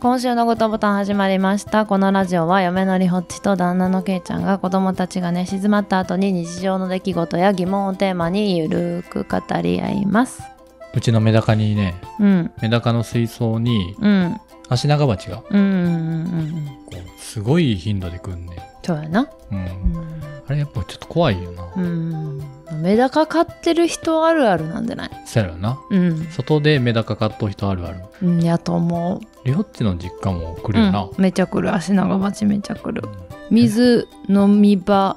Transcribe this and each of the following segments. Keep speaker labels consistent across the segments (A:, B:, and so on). A: 今週のグッドボタン始まりましたこのラジオは嫁のりほっちと旦那のけいちゃんが子供たちが寝静まった後に日常の出来事や疑問をテーマにゆるーく語り合います
B: うちのメダカにね
A: うん
B: メダカの水槽に
A: うん
B: アシナガバチが
A: うんうんうんうん
B: こうすごい頻度で来んね、
A: そうやな
B: う、
A: うんん
B: あれやっぱちょっと怖いよな、
A: うんメダカ飼ってる人あるあるなんじゃない
B: そうやろな
A: うん、
B: 外でメダカ買っとう人あるある
A: うん、やと思う
B: りょっちの実家も来るよな、
A: うん、めちゃくる足長町めちゃくる
B: う
A: 水飲み場
B: ん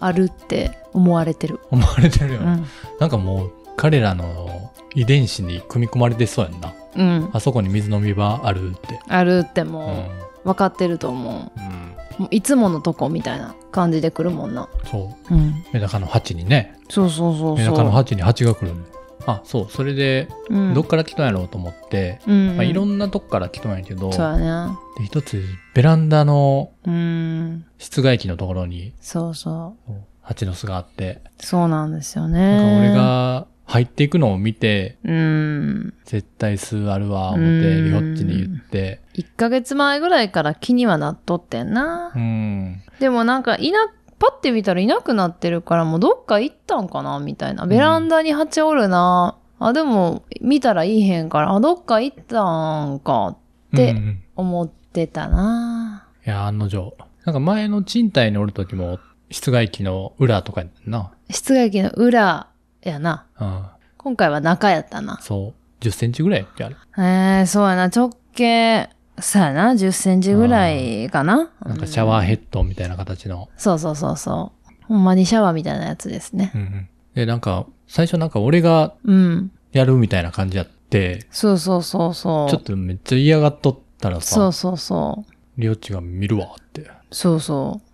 A: あるって思われてる、
B: 思われてるよ
A: う
B: な、
A: ん
B: なんかもう彼らの遺伝子に組み込まれてそうやんな
A: うん、
B: あそこに水飲み場あるって
A: あるって
B: う
A: も
B: ん、
A: う分かってると思
B: うん、
A: うもういつものとこみたいな感じで来るもんな、
B: そう
A: うん、
B: メダカの鉢にね
A: そうそうそう
B: メ
A: そ
B: ダ
A: う
B: カの鉢に鉢が来るのあそうそれで
A: うん
B: どっから来たんやろうと思って、
A: うん
B: まあ、いろ
A: なん
B: なとこから来たんやけど、
A: そうやね
B: で一つベランダの
A: うん
B: 室外機のところに
A: そうそう
B: 蜂の巣があって、
A: そうなんですよ
B: な
A: ね
B: んか俺が入っていくのを見て、
A: うん
B: 絶対巣あるわ、思っ
A: う
B: て、
A: ん
B: りょっちに言って、
A: 1ヶ月前ぐらいから気にはなっとってんな
B: うん。
A: でもなんかいなパッて見たらいなくなってるからもうどっか行ったんかなみたいなベランダに蜂おるな、あでも見たらいいへんからあどっか行ったんかってで
B: うんうん
A: 思ってたない
B: や、案の定。なんか前の賃貸におる時も、室外機の裏とかやったな。
A: 室外機の裏やな
B: うん。
A: 今回は中やったな
B: そう。10センチぐらいやっけあれ。
A: えー、そうやな直径そうやな1 0センチぐらいかな
B: なんかシャワーヘ
A: ッ
B: ッドみたいな形の。
A: そうそうそうそうほんまにシャワーみたいなやつですね
B: うんうん。で、なんか、最初なんか俺が
A: うん
B: やるみたいな感じやって、
A: そうそうそうそう
B: ちょっとめっちゃ嫌がっとったら
A: そ
B: さ
A: う、そうそう
B: りょっちが見るわって。
A: そうそう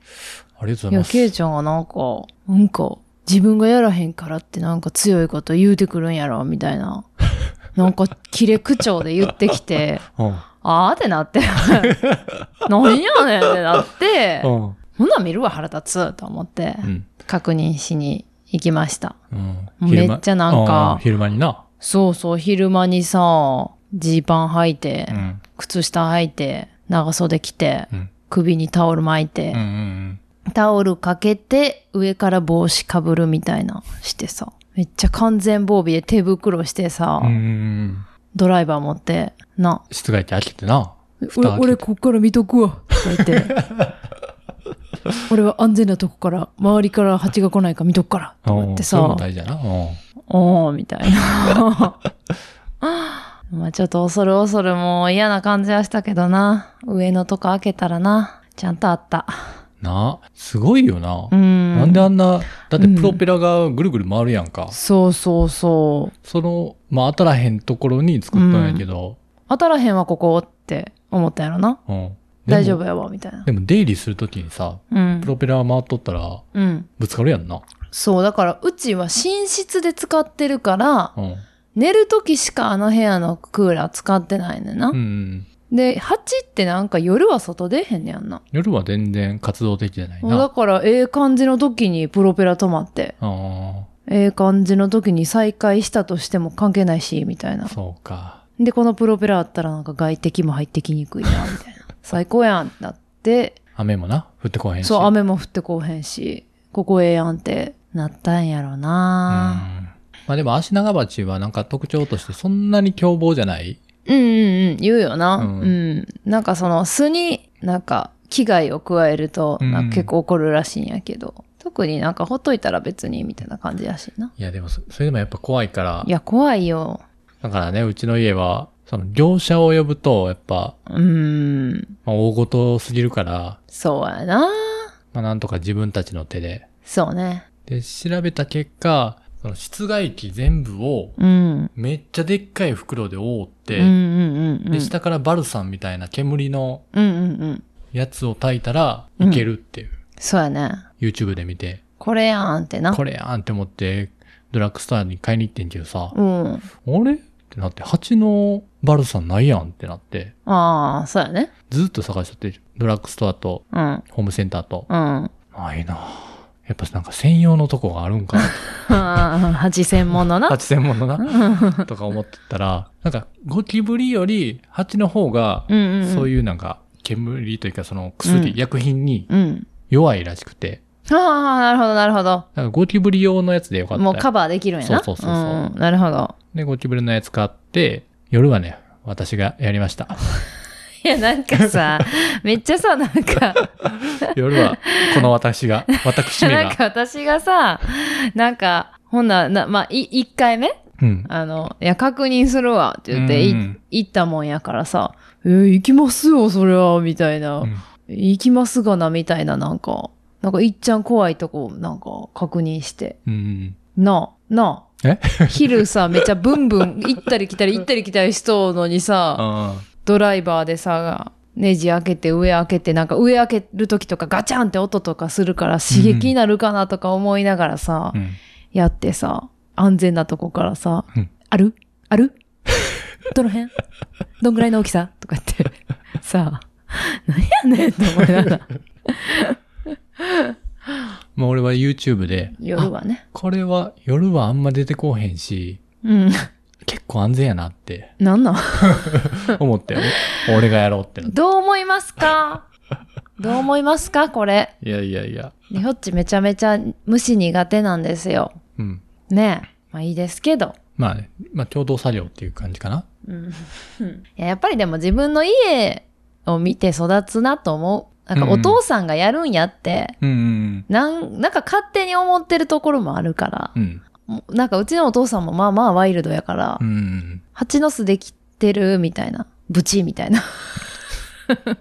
B: ありがと
A: い
B: うござい
A: や、
B: ます。
A: ケイちゃんがなんか、なんか、自分がやらへんからってなんか強いこと言うてくるんやろ、みたい な。なんか、切れ口調で言ってきて、
B: う
A: あーってな って、何やねんってなって、
B: ん。うん。
A: ほんなん見るわ、腹立つと思って、
B: うん。
A: 確認しに行きました。
B: うん。
A: めっちゃなんか
B: うん昼間にな。
A: そうそう、昼間にさ、ジーパン履いて、
B: うん。
A: 靴下履いて、長袖着て、
B: うん。
A: 首にタオル巻いて、
B: うんうん
A: タオルかけて、上から帽子かぶるみたいな、してさ。めっちゃ完全防備で手袋してさ、
B: うん。うんうんうん。
A: ドライバー持って、な、
B: 室外機開けてな。
A: 俺、
B: 蓋開けて
A: 俺こっから見と くわ、って言って。俺は安全なとこから、周りから蜂が来ないか見とくから、と思って
B: う
A: さ
B: んそれも、大事やな。うん。
A: おー、みたいな。 まあちょっと恐る恐るもう嫌な感じはしたけどな。上のとこ開けたらな、ちゃんとあった。
B: なすごいよな
A: う。ん。
B: なんであんな、だってプロペラがぐるぐる回るやんか。
A: そうそうそう。
B: その、まあ当たらへんところに作ったんやけど。
A: 当たらへんわここって思ったんやろな
B: うん。でも
A: 大丈夫やわみたいな
B: でも出入りするときにさ、
A: うん
B: プ、ロペラ回っとったら
A: うん、
B: ぶつかるやんな。
A: そうだからうちは寝室で使ってるから
B: うん。
A: 寝る時しかあの部屋のクーラー使ってないねんな、
B: うんうん。
A: で蜂ってなんか夜は外出へんねやんな
B: 夜は全然活動的じゃない
A: だ
B: な。
A: からええ感じの時にプロペラ止まって
B: うん。
A: ええ感じの時に再開したとしても関係ないしみたいな
B: そうか。
A: でこのプロペラあったらなんか外敵も入ってきにくいなみたいな最高やんってなって
B: 雨もな、降ってこへんし。
A: そう、雨も降ってこうへんし、ここええやんってなったんやろ
B: うん
A: な、
B: まあでも、足長鉢はなんか特徴としてそんなに凶暴じゃない
A: うん、うんうん言うよな、う。
B: うんん
A: なんかその巣になんか危害を加えると、
B: うん
A: なんか結構怒るらしいんやけど、特になんかほっといたら別にみたいな感じらしいな。
B: いやでもそ、それでもやっぱ怖いから
A: い、や、怖いよ。
B: だからね、うちの家は、その業者を呼ぶと、やっぱ、
A: うーん、
B: まあ、大ごとすぎるから、
A: そうやな
B: まあなんとか自分たちの手で。
A: そうね。
B: で、調べた結果、その室外機全部を
A: うん。
B: めっちゃでっかい袋で覆っ
A: うん
B: て、
A: うんうんうん。
B: で、下からバルサンみたいな煙の
A: うんうんうん。
B: やつを炊いたら
A: うん
B: いけるっていう、
A: そうやね。
B: YouTube で見て、
A: これやんってな。
B: これやんって思って、ドラッグストアに買いに行ってんけどさ、
A: うん。
B: あれってなって、蜂のバルサンないやんってなって、
A: ああ、そうやね。
B: ずっと探しとって、ドラッグストアと
A: うん。
B: ホームセンターと、
A: うん。
B: ないなぁやっぱなんか専用のとこがあるんか、
A: 蜂専門のな。
B: 蜂専門のな、
A: う
B: とか思ってたら、なんかゴキブリより蜂の方が、
A: んうんうん。
B: そう
A: いう。
B: いうなんか煙というかその薬、
A: うん
B: 薬品に
A: うん。
B: 弱いらしくて、
A: ああ、なるほど、なるほど。
B: なんかゴキブリ用のやつでよかったよ
A: もうカバーできるんやな。
B: そうそうそうそうん
A: なるほど。
B: で、ゴキブリのやつ買って、夜はね、私がやりました。
A: いや、なんかさ、めっちゃさ、なんか、
B: 夜は、この私 が、私め
A: なん
B: が。
A: か私がさ、なんか、ほんならな、まあ、い、1回目
B: うん。
A: あの、いや、確認するわって言って、
B: う
A: い
B: ん
A: 行ったもんやからさ、えー行きますよ、そりゃ、みたいな。
B: うん
A: 行きますがな、みたいな、なんか、なんか、いっちゃん怖いとこ、なんか、確認して。
B: うん。
A: なあ、なあ。
B: え
A: 昼さ、めっちゃブンブン、行ったり来たり、行ったり来たりしとうのにさ、
B: あ
A: ドライバーでさ、ネジ開けて上開けて、なんか上開ける時とかガチャンって音とかするから刺激になるかなとか思いながらさ、
B: ーうん。
A: やってさ、安全なとこからさ、
B: うん
A: あるあるどの辺どんぐらいの大きさとか言って、さ、なんやねんと思いながら、
B: まあ俺は YouTube で、
A: 夜
B: あ
A: はね。
B: これは、夜はあんま出てこうへんし、
A: うん。
B: 結構安全やな って
A: なんなん
B: 思って、お俺がやろうってなって。
A: どう思いますかどう思いますかこれ。
B: いやいやいや。
A: ねひょっちめちゃめちゃ虫苦手なんですよ。
B: うん。
A: ねえ。まあいいですけど。
B: まあね、まあ共同作業っていう感じかな。
A: うんいややっぱりでも自分の家を見て育つなと思う。なんかお父さんがやるんやって、
B: うんうん
A: なんなんか勝手に思ってるところもあるから
B: うん。う、ん。
A: もうなんかうちのお父さんもまあまあワイルドやから、
B: うんうん。
A: 蜂の巣できてるみたいな、ブチみたいな。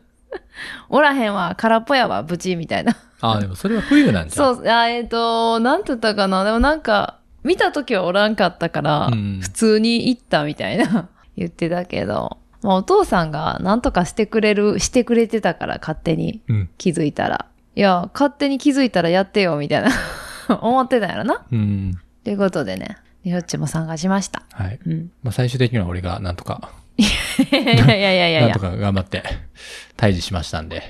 A: おらへんわ、空っぽやわ、ブチみたいな。
B: ああ、でもそれは冬なんじゃん。。
A: そうう、あえっ、と、なんて言ったかな。でもなんか、見た時はおらんかったから、
B: うん
A: 普通に行ったみたいな 言ってたけど、まあお父さんがなんとかしてくれる、してくれてたから勝手に
B: うん。
A: 気づいたら。いや、勝手に気づいたらやってよ、みたいな 思ってたんやろな。
B: うん。
A: ということでね、よっちも参加しました。
B: はい。
A: うん。
B: まあ最終的には俺がなんとか、
A: いやいやいやいや
B: ないん
A: や
B: と。か頑張って、退治しましたんで。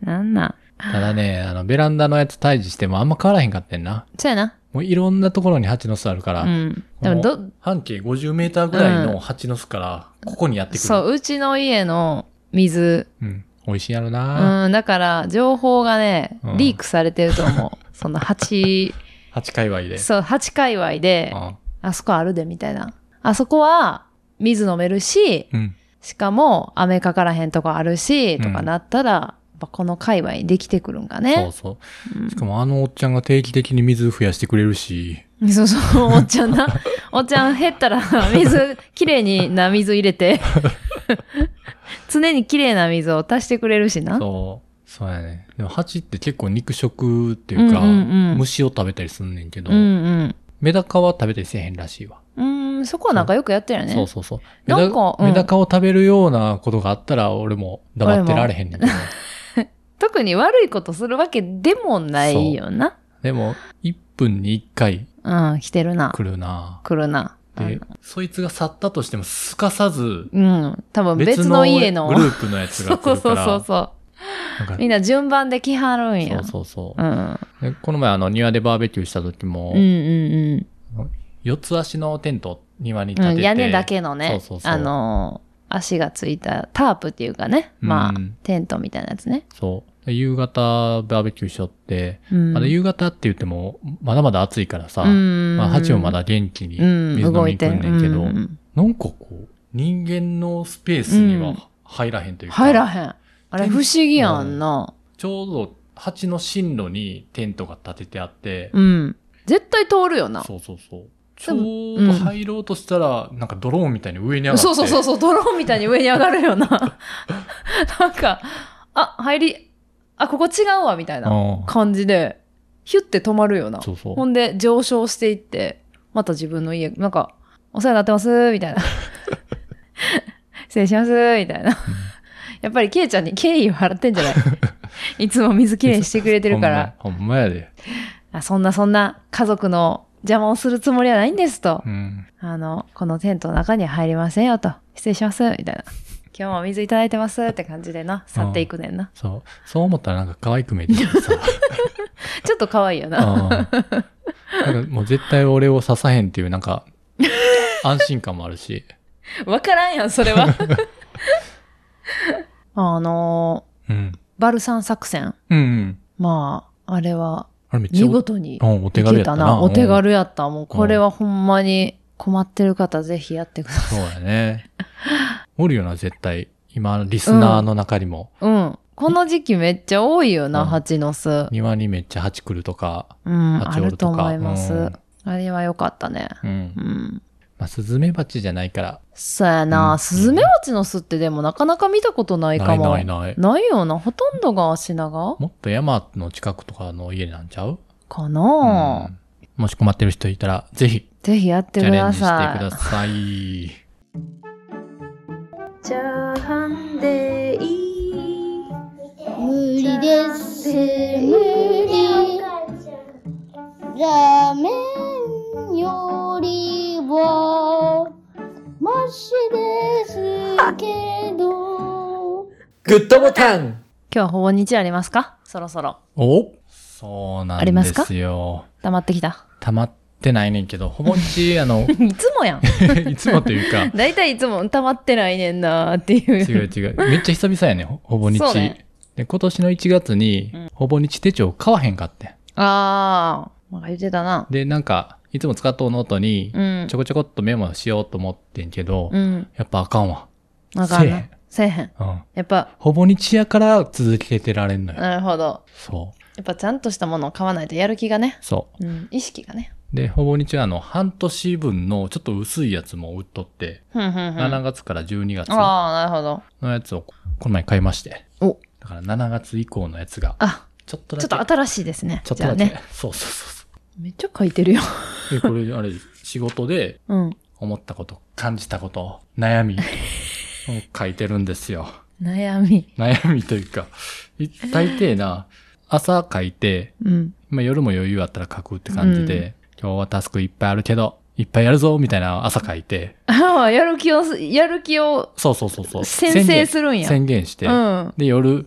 A: なんなん。
B: ただね、あの、ベランダのやつ退治してもあんま変わらへんかったんな。
A: そうやな。
B: もういろんなところに蜂の巣あるから、
A: うん。でもど、
B: 半径50メーターぐらいの蜂の巣から、ここにやってくる。
A: そう、うちの家の水、
B: うん。美味しいやろな、
A: うん、だから、情報がね
B: う、ん
A: リークされてると思 う。その8、
B: 蜂界隈で。
A: そう、8界隈で、
B: う
A: あそこあるで、みたいな。あそこは、水飲めるし、
B: ん。うん。
A: しかも、雨かからへんとこあるし、と
B: う
A: か
B: ん
A: なったら、やっぱこの界隈できてくるんか
B: そう
A: ね。
B: そう。しかもあのおっちゃんが定期的に水増やしてくれるし、
A: そうそう、おっちゃんな。 おっちゃん減ったら、水、きれいにな水入れ て。常にきれいな水を足してくれるしな。
B: そう。そうやね。でも蜂って結構肉食っていうか、
A: うんうんうん
B: 虫を食べたりすんねんけど、
A: うんうん。
B: メダカは食べたりせえへんらしいわ。
A: うーん、そこはなんかよくやってるよね。
B: そうそうそう。メ
A: な
B: ダ
A: んかうん
B: メダカを食べるようなことがあったら、俺も黙ってられへんねん けど。
A: 特に悪いことするわけでもないよな。
B: でも、1分に1回
A: うん、来てるな。
B: 来るな
A: 来るな。
B: で、そいつが去ったとしても、すかさず、
A: うん、多分別
B: 別
A: の
B: の
A: 家の。
B: グループのやつ
A: そ
B: が
A: うそ
B: 来
A: う
B: るか
A: そう
B: ら。
A: そうそ
B: なんか
A: う。みんな順番で来はるん
B: そ
A: や。
B: うそうそうう。
A: ん
B: でこの前、あの、庭でバーベキューした時
A: う
B: も
A: ん、うん
B: 四つ足のテント、庭
A: う
B: に
A: ん
B: 立
A: う
B: て
A: ん。
B: て。
A: 屋根だけの
B: そ
A: ね
B: うそう、そう
A: あのー、足がついたタープっていうかね。まあ
B: うん、
A: テントみたいなやつね。
B: そう。で夕方、バーベキューしよって、
A: うん
B: まだ夕方って言っても、まだまだ暑いからさ、
A: うん
B: まあ、蜂もまだ元気に水
A: うん
B: 飲
A: 動
B: み
A: い
B: に
A: て
B: 来
A: る
B: んねんけど、
A: うんうん
B: なんかこう、人間のスペースに
A: う
B: は
A: ん
B: 入らへんというか、
A: 入らへん。あれ不思議やんな。
B: ちょうど蜂の進路にテントが立ててあって、
A: うん。絶対通るよな。
B: そうそうそう。ち
A: でも
B: ょうど入ろうとしたら、なんかドローンみたいに上に上がって。
A: そうそうそうそう、ドローンみたいに上に上がるよ な。なんか、あ、入り、あ、ここ違うわ、みたいな
B: ああ
A: 感じで、ヒュッて止まるよな。
B: そうそう
A: ほんで、上昇していって、また自分の家、なんか、お世話になってます、みたい な。失礼します、みたいな。やっぱり、ケイちゃんに敬意を払ってんじゃ ないいつも水きれいにしてくれてるから、
B: ほんまほんまやで。
A: あそんなそんな家族の邪魔をするつもりはないんですと
B: う。ん。
A: あの、このテントの中には入りませんよと。失礼します、みたいな。今日もお水いただいてますって感じでな、去っていくねんな。
B: そう。そう思ったらなんか可愛く見えてきて さ。
A: ちょっと可愛いよ
B: うん
A: な。
B: なんかもう絶対俺を刺さへんっていうなんか、安心感もあるし。
A: わからんやん、それ は。あの
B: うん。
A: ーバルサン作戦。
B: うんうん。
A: まあ、あれは、
B: あれめっちゃ
A: 見
B: お
A: 事に
B: うんお手
A: い
B: 軽や
A: け
B: った
A: た
B: な。
A: な。お手軽やった。もう、これはほんまに困ってる方、ぜひやってくだ
B: うん。
A: さい。
B: そうやね。 おるよな、絶対。今、リスナーの中にも、
A: うん。この時期めっちゃ多いよ
B: う
A: な、
B: ん
A: 蜂の巣。
B: 庭にめっちゃ蜂来るとか、
A: うん、あ
B: 蜂お
A: る
B: る
A: と
B: とか。
A: 思います。
B: うん
A: あれは良かったね。
B: うん
A: う。ん。
B: まあ、スズメバチじゃないから。
A: そうや
B: う
A: な。
B: ん
A: スズメバチの巣ってでもなかなか見たことない
B: な
A: か
B: い
A: も。
B: ないない。
A: ないよな。ほとんどが品川
B: もっと山の近くとかの家なんちゃう
A: かな、
B: うんもし困ってる人いたら、ぜひ、
A: ぜひやって
B: チ
A: く
B: ャレン
A: だ
B: ジして
A: さい。
B: ください。
C: チャーハンでいい
D: 無理です無理ラーメンよりはマシですけど
E: グッドボタン
A: 今日はほぼ日ありますかそろそろ。
B: おそうな
A: あり
B: ん
A: ま
B: です
A: か
B: すよ。
A: 溜まってきた。、
B: 溜まってないねんけど、ほぼ日、あの
A: いつもやん。
B: いつもというか、
A: だいたいいつも溜まってないねんなーっていう。
B: 違う違う。めっちゃ久々やねん、ほほぼ日
A: そうね。
B: で今年の1月に、ほぼ日手帳買わへんかってん。
A: あー、なんか言ってたな。
B: で、なんか、いつも使っとうノートに
A: う、ん
B: ちょ。こちょこっとメモしようと思ってんけど、
A: うん。
B: やっぱあかんわ。
A: あかん
B: せえへ。
A: なんせえへん。
B: うん。
A: やっぱ、
B: ほぼ日やから続けてられんのよ。
A: なるほど。
B: そう。
A: やっぱちゃんとしたものを買わないとやる気がね。
B: そ
A: うん。意識がね。
B: う。で、ほぼ日はあの、半年分のちょっと薄いやつも売っとって、
A: ふんふんふん。
B: 7月から12月の
A: ああ、なるほど。
B: やつをこの前買いまして。
A: お
B: だから7月以降のやつが、
A: あ、
B: ちょっとだ
A: ちょ
B: け。
A: っと新しいですね。
B: ちょっと
A: じゃあ
B: だけ。
A: ね。
B: そうそうそ
A: めっちゃ書いてる よ。
B: うそう。で、これ、あれ、仕事で
A: うん。
B: 思ったこと、感じたこと、悩みを書いてるんですよ。
A: 悩み。
B: 悩みというか、い大抵な、朝書いて、
A: うん。
B: まあ、夜も余裕あったら書くって感じで、今日はタスクいっぱいあるけど、いっぱいやるぞ、みたいな朝書いて、
A: ああ、やる気をす、やる気を
B: そうそうそうそう。
A: 先制するんや。
B: 宣言して、
A: うん。
B: で、夜、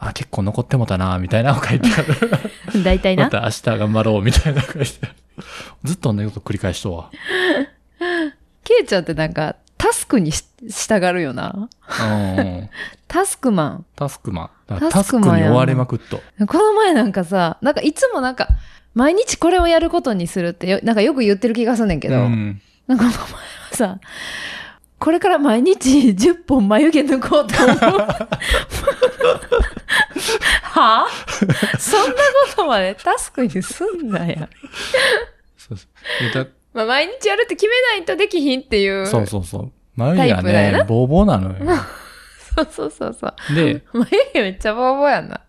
B: あ、結構残ってもたな、みたいなのを書いてある。
A: 大体
B: ま
A: な。
B: た明日頑張ろうみたいな感じで。ずっと同じこと繰り返しとは。
A: ケイちゃんってなんか、タスクにし従るよな。
B: うん。
A: タスクマ
B: タスクマン。だから
A: タ
B: タ
A: ス
B: ス
A: ク
B: ク
A: マン
B: に
A: やな
B: 追われまくっと。
A: ン。この前なんかさ、なんかいつもなんか、毎日これをやることにするってよ、なんかよく言ってる気がすんねんけど、
B: うん。
A: なんかこの前はさ、これから毎日10本眉毛抜こうと思う。 はあそんなことまでタスクにすんなや。
B: そうそう。でだ
A: まあ、毎日やるって決めないとできひんっていう。
B: そうそうそう。眉毛
A: タ
B: が
A: イプだよな
B: ね、ボーボーなの よ。
A: そうそうそうそう。
B: で、
A: 眉毛めっちゃボーボーやんな。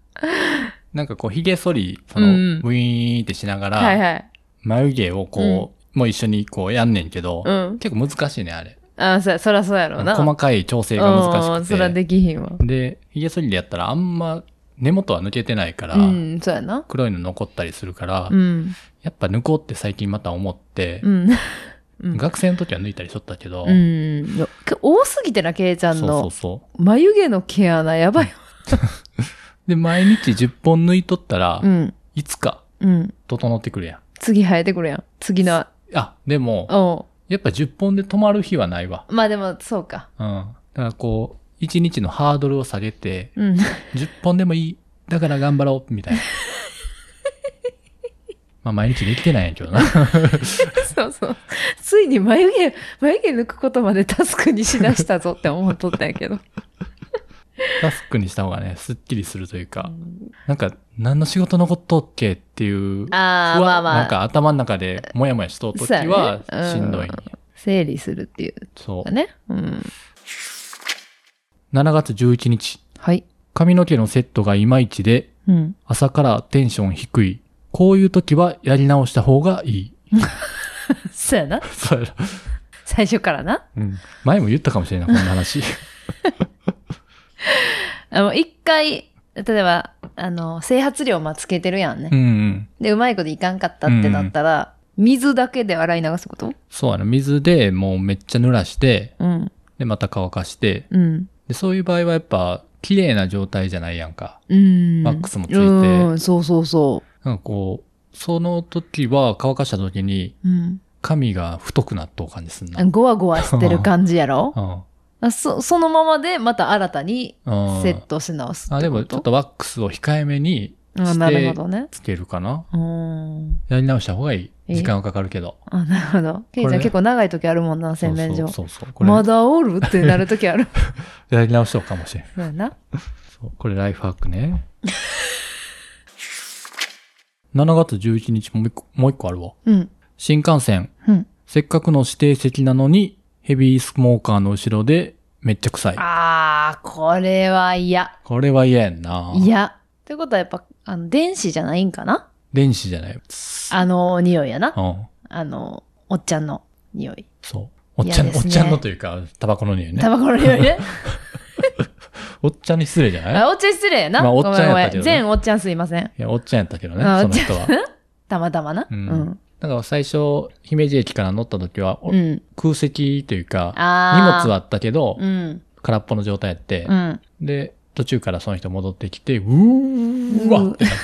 B: なんかこう、髭剃り、そ
A: うん
B: の、
A: うん
B: ウィーンってしなが
A: はい
B: ら、
A: はい。
B: 眉毛をこう、もう一緒にこうやんねんけど
A: う、ん。
B: 結構難しいね、あれ。
A: ああ、そそらそうやろうな。
B: 細かい調整が難し
A: うん、そら
B: くて。
A: できひんわ。
B: で、髭剃りでやったらあんま根元は抜けてないから
A: う、ん、そうやな。
B: 黒いの残ったりするから
A: う、ん。
B: やっぱ抜こうって最近また思って
A: う、ん。うん
B: 学生の時は抜いたりしとったけど、
A: うん。いや多すぎてな、ケイちゃん
B: そうそう
A: の。
B: そう。
A: 眉毛の毛穴やばい。
B: で、毎日10本抜いとったら、
A: うん。
B: いつか
A: うん。
B: 整ってくるやん。
A: 次生えてくるやん。次の。
B: あ、でも、
A: お
B: やっぱ10本で止まる日はないわ。
A: うまあでも、そうか。
B: うん。だからこう、1日のハードルを下げて、
A: うん。
B: 10本でもいい。だから頑張ろう、みたいな。まあ、毎日できてないんやけどな。
A: そうそう。ついに眉毛、眉毛抜くことまでタスクにしだしたぞって思っとったんや けど。
B: タスクにした方がね、すっきりするというか、
A: うん
B: なんか、何の仕事残っとっけっていう、
A: ああ、
B: うわ
A: まあま
B: なん
A: あ。
B: か頭の中でもやもやしとう時
A: そうやね
B: は
A: うん
B: しんどいんや。
A: 整理するっていう
B: そう
A: か。ね。うん。
B: 7月11日。
A: はい。
B: 髪の毛のセットがいまいちで、
A: うん。
B: 朝からテンション低い。こういう時はやり直した方がいい。
A: そうやな。
B: そうやな
A: 最初からな。
B: うん。前も言ったかもしれない、こんな話。
A: あの、一回、例えば、あの、整髪量まあつけてるやんね
B: う。んうん。
A: で、うまいこといかんかったってなったら、水だけで洗い流すこと
B: そうやな。水でもうめっちゃ濡らして、
A: うん。
B: で、また乾かして、
A: うん。
B: で、そういう場合はやっぱ、綺麗な状態じゃないやんか。
A: うん。
B: ワックスもついて
A: うん、そうそうそ
B: なんかこう、その時は乾かした時に、
A: う。うん。
B: 髪が太くなっとう感じすんな。
A: ゴワゴワしてる感じやろ
B: うん。
A: あそそのままでまた新たに
B: うん
A: セットし直すってこと。
B: あ、でもちょっとワックスを控えめに
A: あなるほどね。
B: つけるかな。
A: うん。
B: やり直した方がい
A: え
B: い。時間はかかるけど。
A: あ、なるほど。ケイちゃん結構長い時あるもんな、洗面所。
B: そうそうそうそう。これ、
A: まだおるってなる時あ る。
B: やり直しとうかもしれん。
A: そうやな。
B: そうこれライフハックね。7月11日もう一個、もう一個あるわ。
A: うん。
B: 新幹線。
A: うん。
B: せっかくの指定席なのに、ヘビースモーカーの後ろで、めっちゃ臭い。
A: あー、これは嫌。
B: これは嫌やんな。
A: 嫌。ということはやっぱ、あの、電子じゃないんかな
B: 電子じゃない。うん。
A: あの、匂いやな。あの、おっちゃんの匂い。
B: そう。おっちゃん、
A: 嫌で
B: おっ
A: すね
B: ちゃんのというか、タバコの匂いね
A: タ。バコの匂い ね。
B: おっちゃんに失礼じゃない
A: あおっちゃん失礼やな。
B: まあおっちゃんやった
A: ごめ
B: けどね
A: ごめ全おっちゃんすいません。
B: いや、おっちゃんやったけどね、
A: あ
B: そ
A: お
B: の
A: っちゃん
B: 人は。
A: たまたまな。
B: う
A: うんん。
B: だから最初、姫路駅から乗った時は、お
A: うん。
B: 空席というか、荷
A: あー。
B: 物はあったけど
A: う、ん。
B: 空っぽの状態やって、
A: うん。
B: で、途中からその人戻ってきて、うーわってなって。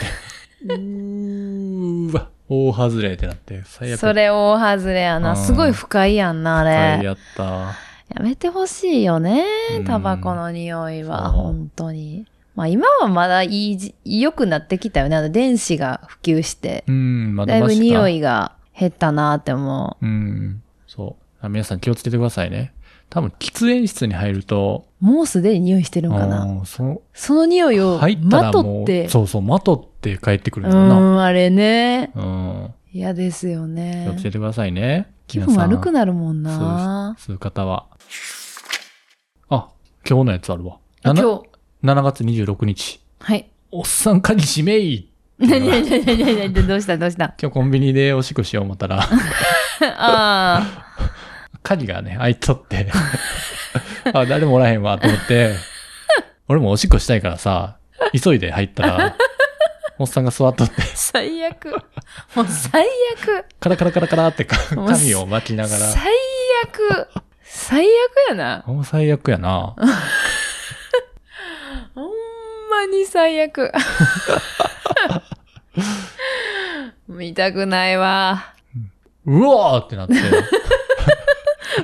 B: うーわ、大外れってなって、最悪。
A: それ大外れや
B: う
A: な。
B: ん
A: すごい不快やんな、あれ。
B: やった。
A: やめてほしいよね
B: う。ん
A: タバコの匂いは、
B: そう
A: 本当に。まあ今はまだいいじ、良くなってきたよね。あの電子が普及して
B: う。ん、ま
A: だ
B: だ
A: い
B: マ
A: ぶ
B: シか。
A: 匂いが減ったなって思
B: うん、そう。あ皆さん気をつけてくださいね。多分、喫煙室に入ると、
A: う。もうすでに匂いしてるんか
B: う
A: な。
B: んその
A: その匂いを
B: 入っ
A: ま
B: たらもう、
A: とって。
B: そうそう、まとって帰ってく
A: う
B: るんだな。
A: ん、あれね。
B: うん。
A: 嫌ですよ
B: 気をつけて
A: ね。
B: くださいね。
A: 気分悪く
B: い
A: なるもんな。
B: 吸う方は。あ、今日のやつあるわ。
A: あ
B: なな
A: 今日。
B: 7月26日。
A: はい。
B: おっさん鍵閉めい
A: なになになになになにどうしたどうした
B: 今日コンビニでおしっこしよう思っ たら、
A: ああ。
B: 鍵がね、開いとって、 あ、誰もおらへんわ、と思って、俺もおしっこしたいからさ、急いで入ったら、おっさんが座っとって、
A: 最悪。もう最悪。
B: カラカラカラカラってか
A: もうす
B: 髪を巻きながら、
A: 最悪。最悪やな。
B: もう最悪やな。
A: ほんまに最悪。 見たくないわ。
B: うわーってなって、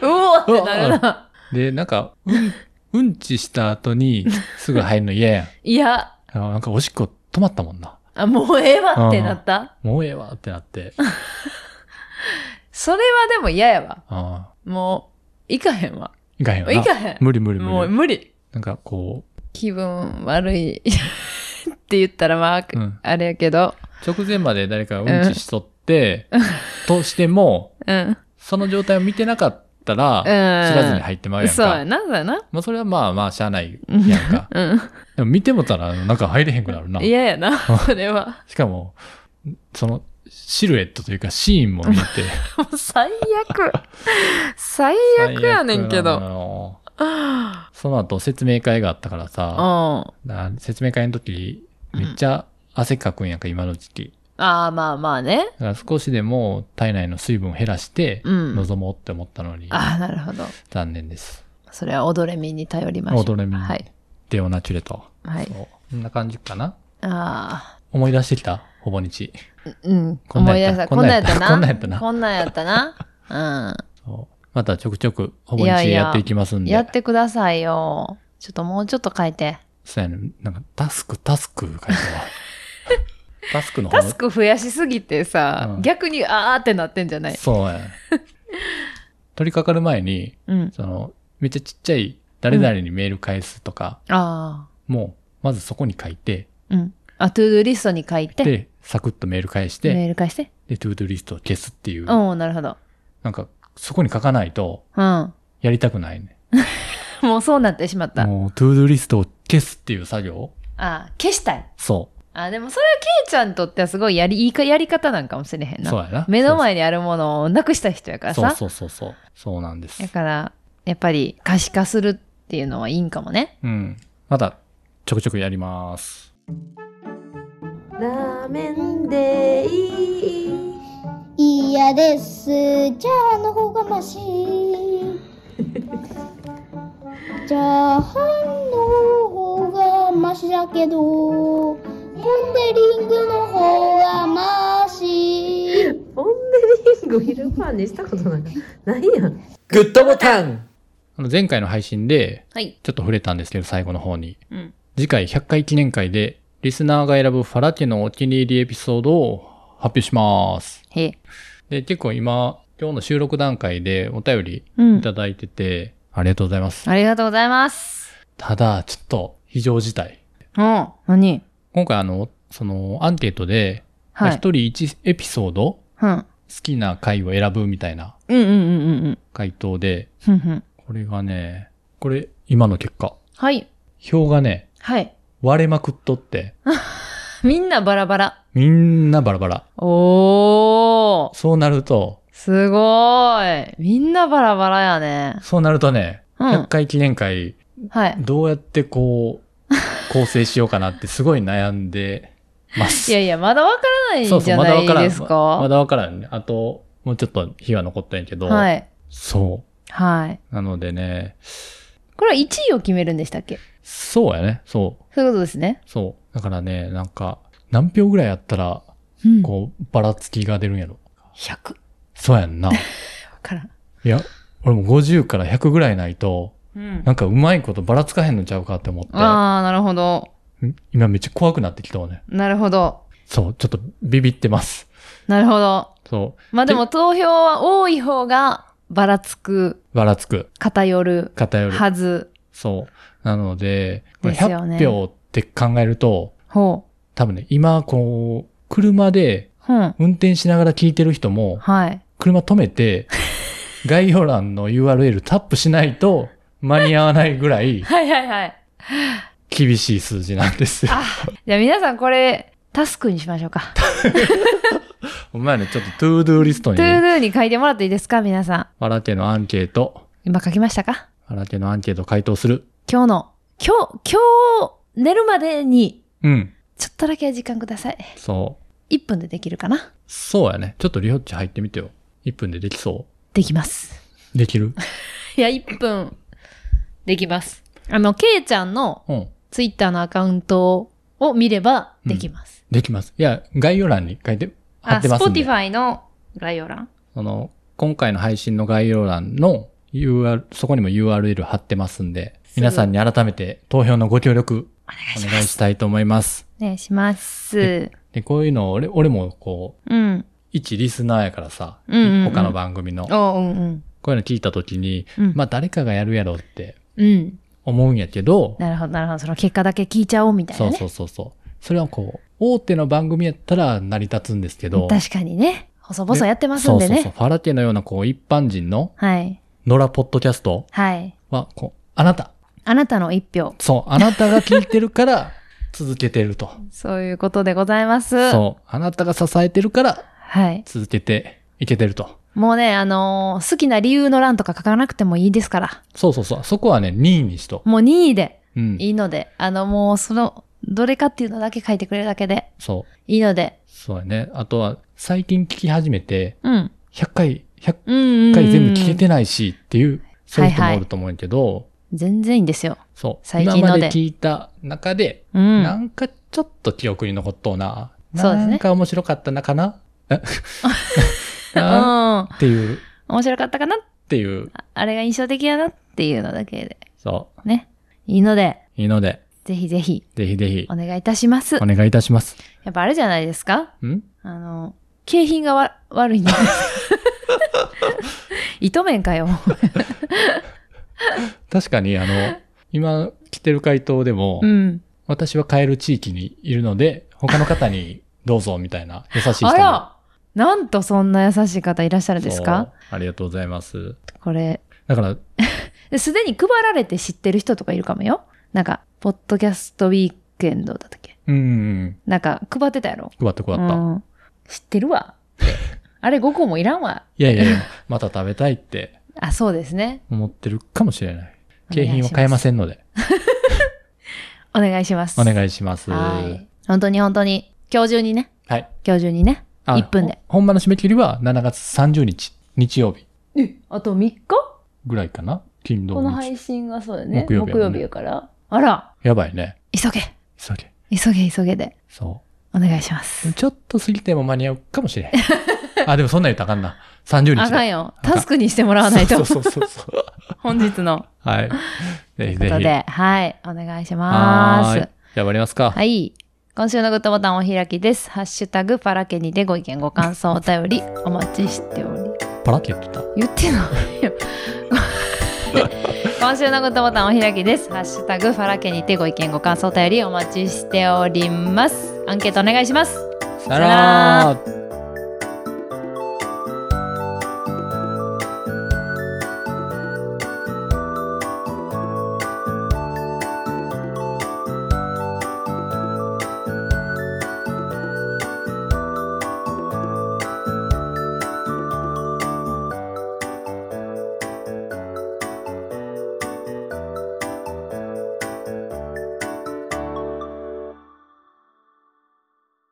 A: うおーってなるな。
B: で、なんか、うん、うんちした後にすぐ入るの嫌やん。
A: いや、
B: あなんかおしっこ止まったもんな。
A: あもうええわってなった。
B: もうええわってなって。
A: それはでも嫌やわ。
B: あ
A: もう、行かへんわ。
B: いかへんよな。
A: 行かへん。
B: 無理無理
A: もう
B: 無理。
A: 無理。
B: なんかこ
A: 気分悪いって言ったらまあ、
B: う、うん。
A: あれやけど。
B: 直前まで誰かがうんちしとって、としても、
A: うん。
B: その状態を見てなかったら、知らずに入ってまうやん
A: そうや
B: か。
A: な、そうやな。
B: まあそれはまあまあ、しゃあないやん か。
A: う
B: でも見てもたら、なんか入れへんくなるな。
A: ん。嫌や な、それは。
B: しかも、その、シルエットというかシーンも見て。
A: もう最悪。 最悪やねんけ
B: 最悪
A: ど。
B: なのよ
A: うん。
B: その後説明会があったからさ、
A: あ
B: な説明会の時、めっちゃ汗かくんやんか、今の時期。
A: あ、まあまあね。
B: だから少しでも体内の水分を減らして、
A: うん
B: 臨もうって思ったのに、
A: ああ、なるほど。
B: 残念です。
A: それは踊れみに頼りましょう。
B: 踊れみに
A: はい。
B: デオナチュレと。
A: はい
B: そう。こんな感じかな
A: あ
B: 思い出してきたほぼ日。
A: あ、うん。
B: こんな
A: 思い出
B: や
A: し
B: った
A: た。
B: こ
A: こ
B: ん
A: ん
B: な
A: なん
B: や
A: や
B: っ
A: ったたな。
B: こんなんやったな
A: こんなんやったな。
B: そうまたちょくちょくほぼ
A: いや
B: 日
A: いや
B: やっていきます
A: うんん。
B: で。
A: やってくださいよ。ちょっともうちょっと書いて。
B: そうやね。なんかタスク、タスク書い てたわ。タスクの方
A: タスク増やしすぎてさ、
B: うん
A: 逆にあーってなってんじゃない
B: そうやね。取り掛かる前に、
A: うん。
B: その、めっちゃちっちゃい誰々にメール返すとか、
A: あ
B: もう、まずそこに書いて、
A: あ。うん。あ、トゥードゥーリストに書いて、
B: で、サクッとメール返して、
A: メール返して。
B: で、トゥードゥリストを消すっていう、
A: おおなるほど。
B: なんか、そこに書かないと、
A: うん。
B: やりたくないね。
A: もうそうなってしまった。あ
B: もう、トゥードゥリストを消すっていう作業
A: あ、消したい。
B: そ
A: あ、でもそれはケイちゃんにとってはすごいやり、いいか、やり方なんかもしれへん
B: う。
A: な。
B: そうやな。
A: 目の前にあるものをなくした人やからさ。
B: そうそうそうそうそう。そうなんです
A: だ。から、やっぱり可視化するっていうのはいいんかもね。
B: うん。また、ちょくちょくやります。
C: ラーメンでいい
D: 嫌です。じゃあ、あの方がマシ。チャーハンの方がマシだけどポンデリングの方がマシ
C: ポンデリングを昼ご飯に したことなんかないやん。
E: グッドボタン
B: あの前回の配信で
A: はい。
B: ちょっと触れたんですけど、最後の方に。
A: うん。
B: 次回100回記念会で、リスナーが選ぶファラ家のお気に入りエピソードを発表します。
A: へえ。
B: で、結構今、今日の収録段階でお便り
A: う
B: い
A: ん。
B: ただいてて、ありがとうございます。
A: ありがとうございます。
B: ただ、ちょっと、非常事態。
A: うん。何
B: 今回あの、その、アンケートで、まあ
A: は
B: 一
A: い。
B: 人一エピソード、好
A: うん。
B: きな回を選ぶみたいな
A: うんうんうんうんうん。
B: 回答で、
A: ふんふん。
B: これがね、これ、今の結果。
A: はい。
B: 票がね、
A: はい。
B: 割れまくっとって、
A: みんなバラバラ。
B: みんなバラバラ。
A: おー。
B: そうなると、
A: すごーい。みんなバラバラやね。
B: そうなるとね、
A: う
B: 100
A: ん。
B: 回記念会、
A: はい。
B: どうやってこう、構成しようかなってすごい悩んでま
A: い
B: す。
A: やいや、まだわからないん
B: そうそ
A: じ
B: う、
A: ゃ
B: まだ
A: な
B: わ
A: い
B: からん。
A: です
B: ま
A: か
B: だわからんね。あと、もうちょっと日は残ったんやけど、
A: はい。
B: そ
A: はい。
B: う。なのでね、
A: これは1位を決めるんでしたっけ
B: そうやね、そう、
A: そういうことですね。
B: そう。だからね、なんか、何票ぐらいやったら、
A: うん。
B: こう、ばらつきが出るんやろ。
A: 100。
B: そうやんな。い
A: わからん。
B: や、俺も50から100ぐらいないと、
A: うん
B: な。んかうまいことばらつかへんのちゃうかって思って、
A: ああ、なるほど。
B: ん今めっちゃ怖くなってきたわね。
A: なるほど。
B: そう、ちょっとビビってます。
A: なるほど。
B: そ
A: まあでも投票は多い方がばらつく、
B: う、ばらつく、
A: 偏る
B: 偏る。
A: はず。
B: そう。なので、これ
A: ですよね
B: 100票って考えると、
A: ほう。
B: 多分ね、今、こう、車で
A: うん。
B: 運転しながら聞いてる人も、
A: はい。
B: 車止めて、 概要欄の URL タップしないと間に合わないぐらい
A: はいはいはい。
B: 厳しい数字なんですよ。
A: じゃあ皆さんこれ、タスクにしましょうか。
B: お前ね、ちょっとトゥードゥーリスト
A: トゥ
B: に、
A: ード
B: ね、
A: ゥーに書いてもらっていいですか皆さん。
B: わらけのアンケート、
A: 今書きましたか
B: わらけのアンケート回答する。
A: 今日の、今日、今日、寝るまでに、
B: うん。
A: ちょっとだけ時間ください。
B: そう。
A: 1分でできるかな
B: そうやね。ちょっとリホッチ入ってみてよ。1分でできそ
A: できます。
B: う。できる
A: いや、1分、できます。あの、ケイちゃんの
B: うん。
A: ツイッターのアカウントを見ればできます。
B: できます。いや、概要欄に書いて、貼
A: あ、
B: ってま
A: ス
B: す
A: ポ
B: ん
A: テ
B: で。
A: ィファイの概要欄。
B: その、今回の配信の概要欄の UR、そこにも URL 貼ってますんで、
A: すぐ
B: 皆さんに改めて投票のご協力
A: お願い
B: お
A: し
B: 願
A: ま
B: い
A: す。
B: したいと思います。
A: お願いします。
B: で、こういうのを俺、俺もこう、
A: うん。
B: 一リスナーやからさ、
A: うんうんうん
B: 他の番組の、こ
A: おうんうん。
B: ういうの聞いた時に、
A: うん。
B: まあ誰かがやるやろうって
A: うん。
B: 思うんやけど、
A: なるほど、なるほど。その結果だけ聞いちゃおうみたい
B: そ
A: な
B: う
A: ね。
B: そうそうそう。それはこう、大手の番組やったら成り立つんですけど、
A: 確かにね。細々やってますんでね。
B: そうそうそう。ファラテのようなこう、一般人の
A: はい。
B: 野良ポッドキャスト
A: はい。
B: は、こう、あなた。
A: あなたの一票。
B: そう、あなたが聞いてるから続けてると。
A: そう いうことでございます。
B: そう、あなたが支えてるから
A: はい。
B: 続けていけてると。
A: もうね、あのー好きな理由の欄とか書かなくてもいいですから。
B: そうそうそう。そこはね、任意にしと。
A: もう任意で
B: うん。
A: いいので、あの、もうその、どれかっていうのだけ書いてくれるだけで
B: そう。
A: いいので。
B: そうやね。あとは、最近聞き始めて、
A: うん。
B: 100回、100
A: うんうん、うん。
B: 回全部聞けてないしっていう、そういう人もおると思うんやけど、
A: 全然いいんですよ。
B: そう。
A: 最近ので
B: 今まで聞いた中で、
A: うん。
B: なんかちょっと記憶に残っとうな。
A: そうですね
B: なんか面白かったなかな え
A: う
B: な
A: ん。
B: んっていう、っ
A: 面白かったかな
B: ていう、
A: あれが印象的やなっていうのだけで
B: そ
A: ね。いいので、
B: う。いいので、
A: ぜひぜひ
B: ぜひぜひ
A: お、願いいたします。
B: お願いいたします。
A: やっぱあれじゃないですか
B: ん
A: あの、景品がわ悪 いんです。 糸面かよ。
B: 確かに、あの、 今来てる回答でも、
A: うん。
B: 私は帰る地域にいるので、他の方にどうぞみたいな優しい人も
A: あらなんとそんな優しい方いらっしゃるんですか
B: そうありがとうございます。
A: これ。
B: だから、
A: ですでに配られて知ってる人とかいるかもよ。なんか、ポッドキャストウィークエンドだったっけ
B: うんうん、
A: なんか、配ってたやろ
B: 配った配った。
A: うん知ってるわって。 あれ5個もいらんわ。
B: いやいやいや、また食べたいって
A: あ、そうですね。
B: 思ってるかもしれない。景品は買えませんので、
A: お願いします。
B: お
A: いし
B: 願いします。
A: はい。本当に本当に、今日中にね、
B: はい。
A: 今日中にね、
B: あ
A: 1分で。
B: ほんまの締め切りは7月30日、日曜日
A: あと3日
B: ぐらいかな金土
A: この
B: 日。
A: 配信がそうだね。木
B: 木
A: 曜
B: 曜
A: 日
B: 日やもんね
A: やから。あら、
B: やばいね。
A: 急げ、
B: 急げ。
A: 急げ、急げで、
B: そ
A: お願いしま
B: う。
A: す。
B: ちょっと過ぎても間に合うかもしれん。あ、でもそんなん言 ったらあかんな。30日だ。
A: あかんよ。
B: あかん
A: タスクにしてもらわない
B: そ
A: と
B: う。そうそうそう。
A: 本日の
B: はい。 ぜひ
A: こ
B: ぜ
A: と
B: ひ。
A: で、はい、お願いしま
B: はー
A: す
B: い。じゃあ終わりますか。
A: はい。今週のグッドボタンお開きです。ハッシュタグパラケニでご意見ご感 想お便りお待ちしております
B: パラケットだ。
A: 言ってないよ 今週のグッドボタンお開きですハッシュタグファラケにてご意見ご感想お便りお待ちしておりますアンケートお願いします
B: さよなら